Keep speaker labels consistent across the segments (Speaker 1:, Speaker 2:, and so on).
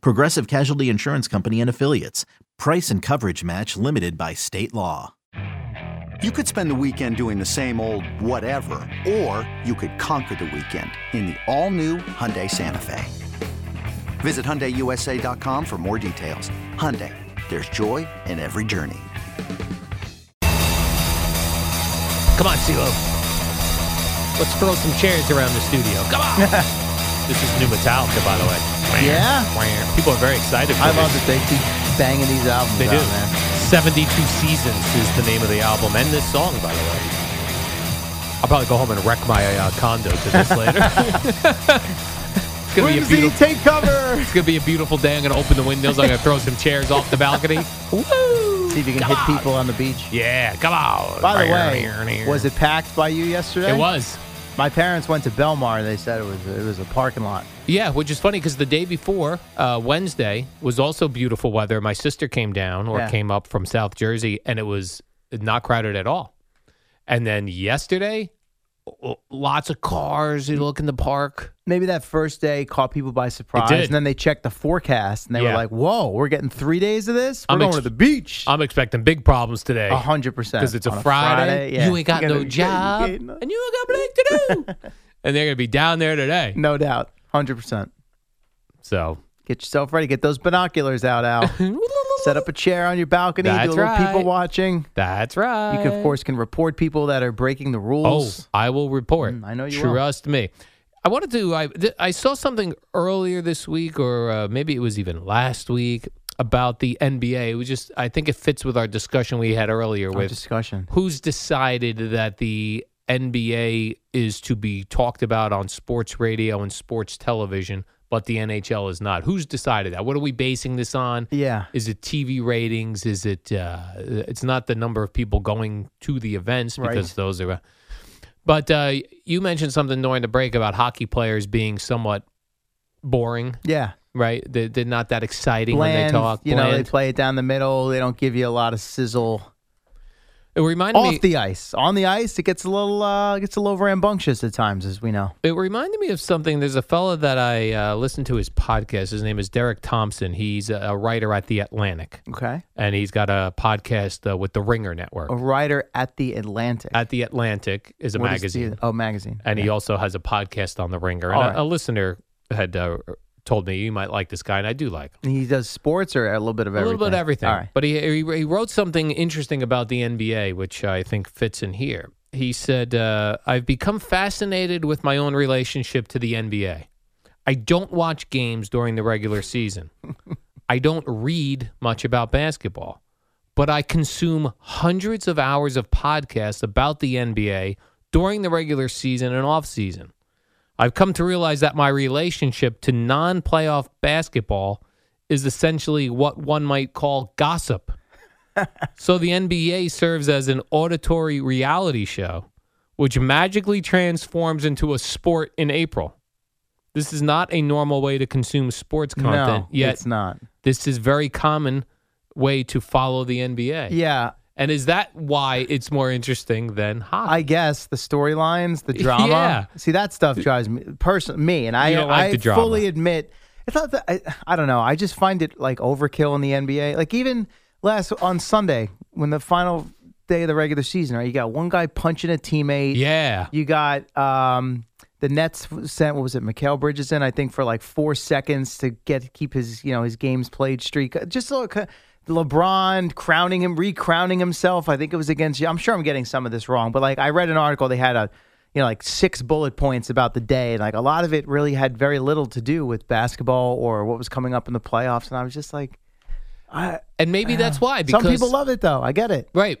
Speaker 1: Progressive Casualty Insurance Company and Affiliates. Price and coverage match limited by state law.
Speaker 2: You could spend the weekend doing the same old whatever, or you could conquer the weekend in the all-new Hyundai Santa Fe. Visit HyundaiUSA.com for more details. Hyundai, there's joy in every journey.
Speaker 3: Come on, CeeLo. Let's throw some chairs around the studio. Come on. this is new Metallica, by the way.
Speaker 4: Yeah?
Speaker 3: People are very excited for
Speaker 4: I
Speaker 3: this.
Speaker 4: love that they keep banging these albums
Speaker 3: They
Speaker 4: out,
Speaker 3: do.
Speaker 4: man.
Speaker 3: 72 Seasons is the name of the album, and this song, by the way. I'll probably go home and wreck my uh, condo to this later. it's gonna be a beautiful.
Speaker 4: take cover!
Speaker 3: It's gonna be a beautiful day. I'm gonna open the windows. I'm gonna throw some chairs off the balcony. Woo!
Speaker 4: See if you can
Speaker 3: Come
Speaker 4: hit
Speaker 3: on.
Speaker 4: people on the beach.
Speaker 3: Yeah, come on.
Speaker 4: By the way, was it packed by you yesterday?
Speaker 3: It was.
Speaker 4: My parents went to Belmar. They said it was it was a parking lot.
Speaker 3: Yeah, which is funny because the day before, uh, Wednesday, was also beautiful weather. My sister came down or
Speaker 4: Yeah.
Speaker 3: came up from South Jersey and it was not crowded at all. And then yesterday, o- lots of cars. You look in the park.
Speaker 4: Maybe that first day caught people by surprise,
Speaker 3: did.
Speaker 4: and then they checked the forecast and they
Speaker 3: Yeah.
Speaker 4: were like, "Whoa, we're getting three days of this. We're
Speaker 3: I'm
Speaker 4: going
Speaker 3: ex-
Speaker 4: to the beach."
Speaker 3: I'm expecting big problems today.
Speaker 4: A hundred percent
Speaker 3: because it's a
Speaker 4: On
Speaker 3: Friday.
Speaker 4: yeah.
Speaker 3: You ain't got
Speaker 4: gotta-
Speaker 3: no
Speaker 4: you
Speaker 3: job,
Speaker 4: gotta- you gotta-
Speaker 3: and you ain't got Blake to do. and they're gonna be down there today.
Speaker 4: No doubt, hundred percent.
Speaker 3: So
Speaker 4: Get yourself ready. Get those binoculars out, Al. Set up a chair on your balcony.
Speaker 3: That's
Speaker 4: do a little people
Speaker 3: right.
Speaker 4: watching.
Speaker 3: that's right.
Speaker 4: You can, of course can report people that are breaking the
Speaker 3: Oh,
Speaker 4: rules.
Speaker 3: I will report.
Speaker 4: Mm, I know you will.
Speaker 3: Trust me. I wanted to. I th- I saw something earlier this week, or uh, maybe it was even last week, about the NBA. It was just. I think it fits with our discussion we had earlier
Speaker 4: Our
Speaker 3: Oh, with
Speaker 4: discussion.
Speaker 3: who's decided that the NBA is to be talked about on sports radio and sports television, but the NHL is not. Who's decided that? What are we basing this on?
Speaker 4: Yeah.
Speaker 3: Is it TV ratings? Is it? Uh, it's not the number of people going to the events
Speaker 4: Right.
Speaker 3: because those are. But uh, you mentioned something during the break about hockey players being somewhat boring,
Speaker 4: Yeah.
Speaker 3: right? They're, they're not that exciting when they
Speaker 4: Bland.
Speaker 3: talk.
Speaker 4: you know, they
Speaker 3: bland.
Speaker 4: play it down the middle. They don't give you a lot of sizzle
Speaker 3: it reminded
Speaker 4: off
Speaker 3: me
Speaker 4: the ice. On the ice, it gets a little uh, gets a little rambunctious at times, as we know.
Speaker 3: It reminded me of something. There's a fella that I uh, listened to his podcast. His name is Derek Thompson. He's a- a writer at The Atlantic,
Speaker 4: Okay.
Speaker 3: and he's got a podcast uh, with the Ringer Network.
Speaker 4: A writer at the Atlantic.
Speaker 3: At The Atlantic is a
Speaker 4: What is the-
Speaker 3: magazine,
Speaker 4: oh, magazine.
Speaker 3: and he
Speaker 4: Yeah.
Speaker 3: also has a podcast on the Ringer. And
Speaker 4: All
Speaker 3: a-
Speaker 4: right.
Speaker 3: a, listener had uh, told me you might like this guy, and I do like him.
Speaker 4: he does sports or a little bit of
Speaker 3: A
Speaker 4: everything.
Speaker 3: little bit of everything.
Speaker 4: All right.
Speaker 3: But he, he he wrote something interesting about the NBA, which I think fits in here. He said, uh, "I've become fascinated with my own relationship to the NBA. I don't watch games during the regular season. I don't read much about basketball, but I consume hundreds of hours of podcasts about the NBA during the regular season and off season. I've come to realize that my relationship to non playoff basketball is essentially what one might call gossip. so the NBA serves as an auditory reality show, which magically transforms into a sport in April. This is not a normal way to consume sports content,
Speaker 4: No,
Speaker 3: yet
Speaker 4: it's not.
Speaker 3: this is very common way to follow the NBA.
Speaker 4: Yeah,
Speaker 3: And is that why it's more interesting than hockey?
Speaker 4: I guess the storylines, the drama.
Speaker 3: Yeah.
Speaker 4: See, that stuff drives me person me, and I
Speaker 3: You don't like
Speaker 4: I
Speaker 3: the drama.
Speaker 4: fully admit. It's not that I, I don't know. I just find it like overkill in the NBA. Like even last on Sunday when the final day of the regular season, right? You got one guy punching a teammate.
Speaker 3: yeah.
Speaker 4: You got um, the Nets sent what was it, Mikael Bridges in, I think, for like four seconds to get keep his you know his games played streak. Uh, Just look, LeBron crowning him, recrowning himself. I think it was against you. I'm sure I'm getting some of this wrong, but like I read an article, they had a you know like six bullet points about the day, and like a lot of it really had very little to do with basketball or what was coming up in the playoffs. And I was just like, uh,
Speaker 3: And maybe that's why because
Speaker 4: some people love it though. I get it.
Speaker 3: Right.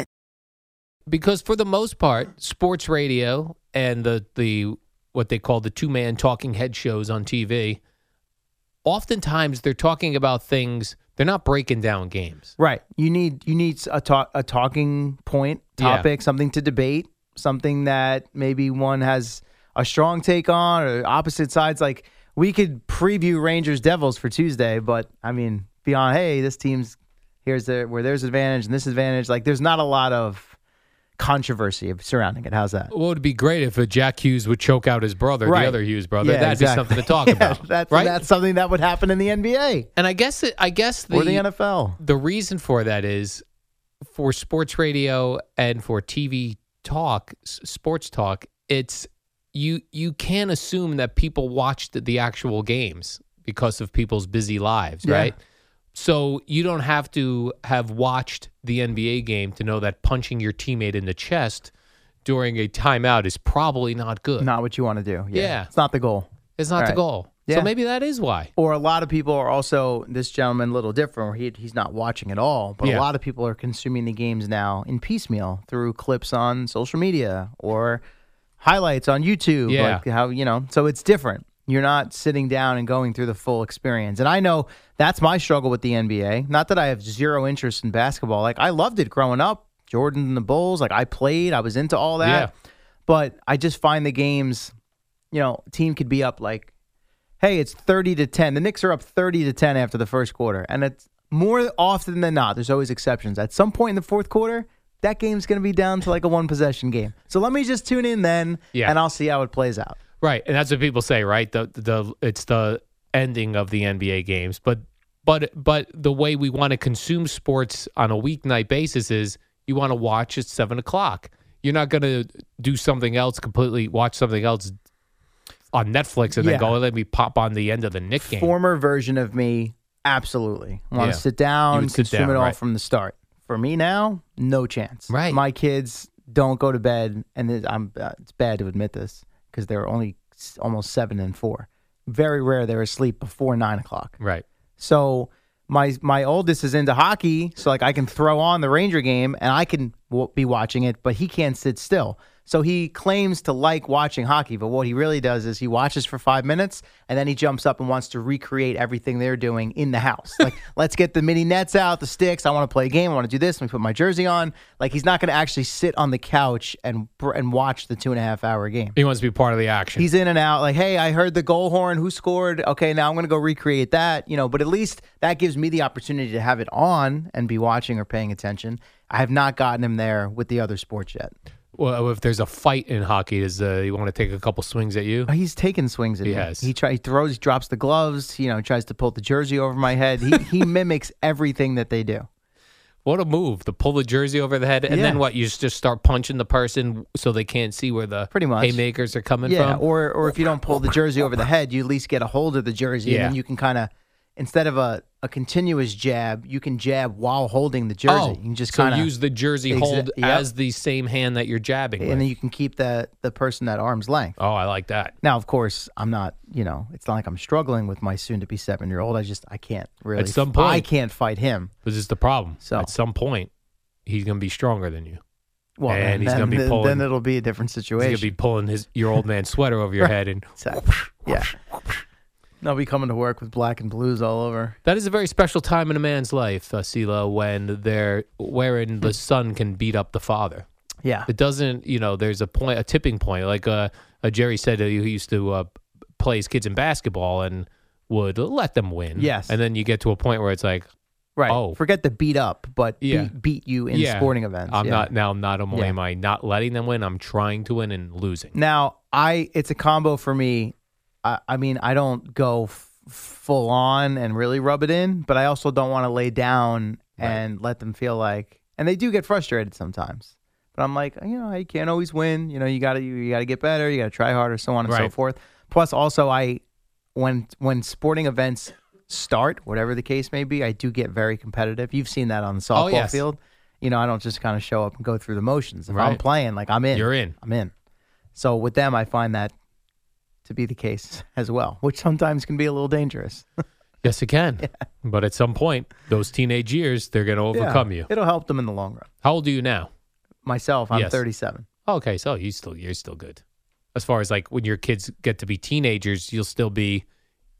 Speaker 3: because for the most part, sports radio and the the what they call the two man talking head shows on TV, oftentimes they're talking about things. They're not breaking down games.
Speaker 4: Right. You need you need a talk a talking point
Speaker 3: Yeah.
Speaker 4: topic, something to debate, something that maybe one has a strong take on or opposite sides. Like we could preview Rangers Devils for Tuesday, but I mean beyond hey, this team's here's their where there's advantage and this advantage. Like there's not a lot of controversy surrounding it. How's that?
Speaker 3: Well, it'd be great if Jack Hughes would choke out his brother,
Speaker 4: Right.
Speaker 3: the other Hughes brother.
Speaker 4: Yeah,
Speaker 3: That'd
Speaker 4: exactly.
Speaker 3: be something to talk
Speaker 4: Yeah,
Speaker 3: about,
Speaker 4: That's,
Speaker 3: right?
Speaker 4: that's something that would happen in the NBA
Speaker 3: and I guess it, I guess the
Speaker 4: or the NFL.
Speaker 3: the reason for that is for sports radio and for TV talk, s- sports talk, it's you you can assume that people watched the actual games because of people's busy lives,
Speaker 4: Yeah.
Speaker 3: right? So you don't have to have watched the NBA game to know that punching your teammate in the chest during a timeout is probably not good.
Speaker 4: Not what you want to do.
Speaker 3: Yeah.
Speaker 4: It's not the goal.
Speaker 3: it's not the
Speaker 4: Right.
Speaker 3: goal.
Speaker 4: Yeah.
Speaker 3: So maybe that is why.
Speaker 4: or a lot of people are also this gentleman a little different where he, he's not watching at all but
Speaker 3: Yeah.
Speaker 4: a lot of people are consuming the games now in piecemeal through clips on social media or highlights on youtube
Speaker 3: Yeah.
Speaker 4: like how you know so it's different you're not sitting down and going through the full experience and i know that's my struggle with the nba not that i have zero interest in basketball like i loved it growing up jordan and the bulls like i played i was into all that but i just find the games you know team could be up like hey, it's 30 to 10. The Knicks are up 30 to 10 after the first quarter. And it's more often than not, there's always exceptions. At some point in the fourth quarter, that game's going to be down to like a one possession game. So let me just tune in then,
Speaker 3: Yeah.
Speaker 4: and I'll see how it plays out.
Speaker 3: Right, and that's what people say, right? The the it's the ending of the NBA games, but but but the way we want to consume sports on a weeknight basis is you want to watch at seven o'clock. You're not going to do something else completely. Watch something else on Netflix and
Speaker 4: Yeah.
Speaker 3: then go. Let me pop on the end of the Nick game.
Speaker 4: Former version of me, absolutely. Want
Speaker 3: Yeah.
Speaker 4: to sit
Speaker 3: You
Speaker 4: down,
Speaker 3: would sit
Speaker 4: consume
Speaker 3: down,
Speaker 4: it all
Speaker 3: right.
Speaker 4: from the start. For me now, no chance.
Speaker 3: Right.
Speaker 4: My kids don't go to bed, and it- I'm, uh, it's bad to admit this because they're only s- almost seven and four. Very rare they're asleep before nine o'clock.
Speaker 3: Right.
Speaker 4: So my my oldest is into hockey, so like I can throw on the Ranger game and I can w- be watching it, but he can't sit still. So he claims to like watching hockey, but what he really does is he watches for five minutes and then he jumps up and wants to recreate everything they're doing in the house. Like, let's get the mini nets out, the sticks. I want to play a game. I want to do this. Let me put my jersey on. Like, he's not going to actually sit on the couch and br- and watch the two and a half hour game.
Speaker 3: He wants to be part of the action.
Speaker 4: He's in and out. Like, hey, I heard the goal horn. Who scored? Okay, now I'm going to go recreate that. You know, but at least that gives me the opportunity to have it on and be watching or paying attention. I have not gotten him there with the other sports yet.
Speaker 3: well, if there's a fight in hockey, does uh, you want to take a couple swings at you?
Speaker 4: But he's taken swings at
Speaker 3: He
Speaker 4: me.
Speaker 3: has.
Speaker 4: He tries, throws, drops the gloves. You know, tries to pull the jersey over my head. He he mimics everything that they do.
Speaker 3: What a move! To pull the jersey over the head, and
Speaker 4: Yeah.
Speaker 3: then what? You just start punching the person so they can't see where the
Speaker 4: Pretty much.
Speaker 3: haymakers are coming
Speaker 4: Yeah,
Speaker 3: from.
Speaker 4: or or if you don't pull the jersey over the head, you at least get a hold of the jersey, and
Speaker 3: Yeah.
Speaker 4: then you can kind of instead of a, a continuous jab, you can jab while holding the jersey. you can just
Speaker 3: Oh, so
Speaker 4: kind of
Speaker 3: use the jersey
Speaker 4: Exa-
Speaker 3: hold
Speaker 4: yep.
Speaker 3: as the same hand that you're jabbing. with.
Speaker 4: and then you can keep the the person at arm's length.
Speaker 3: oh, I like that.
Speaker 4: Now, of course, I'm not. You know, it's not like I'm struggling with my soon-to-be seven-year-old. I just I can't really.
Speaker 3: At some
Speaker 4: f- I
Speaker 3: point.
Speaker 4: can't fight him.
Speaker 3: This is the problem.
Speaker 4: So-
Speaker 3: at some point, he's going to be stronger than you.
Speaker 4: Well,
Speaker 3: And
Speaker 4: then,
Speaker 3: he's
Speaker 4: then,
Speaker 3: gonna be
Speaker 4: then-
Speaker 3: pulling-
Speaker 4: then it'll be a different
Speaker 3: He's going
Speaker 4: situation.
Speaker 3: to be pulling his your old man's sweater over your head, and
Speaker 4: Exactly. yeah. I'll be coming to work with black and blues all over.
Speaker 3: that is a very special time in a man's life, uh, Sila, when they're wherein the
Speaker 4: Hmm.
Speaker 3: son can beat up the father.
Speaker 4: Yeah.
Speaker 3: It doesn't, you know, there's a point, a tipping point. Like uh, uh, Jerry said, uh, he used to uh, play his kids in basketball and would let them win.
Speaker 4: Yes.
Speaker 3: and then you get to a point where it's like,
Speaker 4: Right.
Speaker 3: Oh.
Speaker 4: Forget the beat up, but
Speaker 3: Yeah.
Speaker 4: beat, beat you in
Speaker 3: yeah,
Speaker 4: sporting events.
Speaker 3: I'm
Speaker 4: Yeah.
Speaker 3: not now. Not only
Speaker 4: Yeah.
Speaker 3: am I not letting them win, I'm trying to win and losing.
Speaker 4: Now, I it's a combo for me. I, I mean, I don't go f- full on and really rub it in, but I also don't want to lay down and let them feel like and they do get frustrated sometimes. But I'm like, you know, you can't always win. You know, you gotta you, gotta get better. You gotta try harder, so on and so
Speaker 3: Right.
Speaker 4: forth. Plus, also, I when when sporting events start, whatever the case may be, I do get very competitive. You've seen that on the softball
Speaker 3: Oh, yes.
Speaker 4: field. You know, I don't just kind of show up and go through the motions. If I'm
Speaker 3: Right.
Speaker 4: playing, like I'm in,
Speaker 3: You're in.
Speaker 4: I'm in. So with them, I find that to be the case as well, which sometimes can be a little dangerous.
Speaker 3: Yes, it can. But at some point, those teenage years, they're going to overcome you.
Speaker 4: It'll help them in the long run.
Speaker 3: How old are you now?
Speaker 4: Myself, I'm
Speaker 3: Yes.
Speaker 4: 37.
Speaker 3: Okay, so you still you're still good. As far as like when your kids get to be teenagers, you'll still be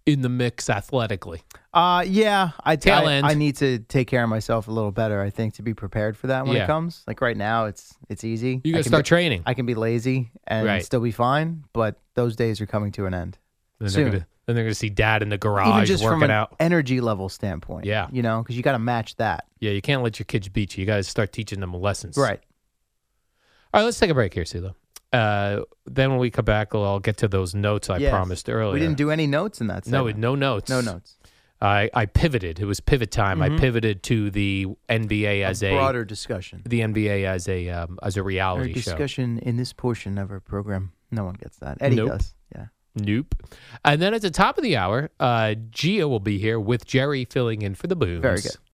Speaker 3: in the mix athletically.
Speaker 4: Uh, yeah, I,
Speaker 3: Tail
Speaker 4: I,
Speaker 3: end.
Speaker 4: I need to take care of myself a little better. I think to be prepared for that when
Speaker 3: Yeah.
Speaker 4: it comes. Like right now, it's it's easy.
Speaker 3: You
Speaker 4: I
Speaker 3: got to
Speaker 4: can
Speaker 3: start
Speaker 4: be-
Speaker 3: training.
Speaker 4: I can be lazy and
Speaker 3: Right.
Speaker 4: still be fine, but those days are coming to an end.
Speaker 3: then,
Speaker 4: soon.
Speaker 3: They're gonna, then they're going to see dad in the
Speaker 4: Even
Speaker 3: garage
Speaker 4: just
Speaker 3: working
Speaker 4: from an
Speaker 3: out.
Speaker 4: energy level standpoint.
Speaker 3: Yeah.
Speaker 4: you know, because you got to match that.
Speaker 3: Yeah, you can't let your kids beat you. You got to start teaching them lessons.
Speaker 4: Right.
Speaker 3: All right, let's take a break here, Silo. Uh, then when we come back, I'll get to those notes I
Speaker 4: Yes.
Speaker 3: promised earlier.
Speaker 4: We didn't do any notes in that.
Speaker 3: no,
Speaker 4: Segment.
Speaker 3: no notes.
Speaker 4: no notes. Mm-hmm.
Speaker 3: I, I pivoted. It was pivot time. I pivoted to the NBA as a,
Speaker 4: broader discussion.
Speaker 3: the NBA as a um, as a
Speaker 4: Our
Speaker 3: reality show.
Speaker 4: discussion in this portion of our program. No one gets that. Eddie
Speaker 3: Nope.
Speaker 4: does. Yeah.
Speaker 3: Nope. And then at the top of the hour, uh, Gia will be here with Jerry filling in for the booms.
Speaker 4: Very good.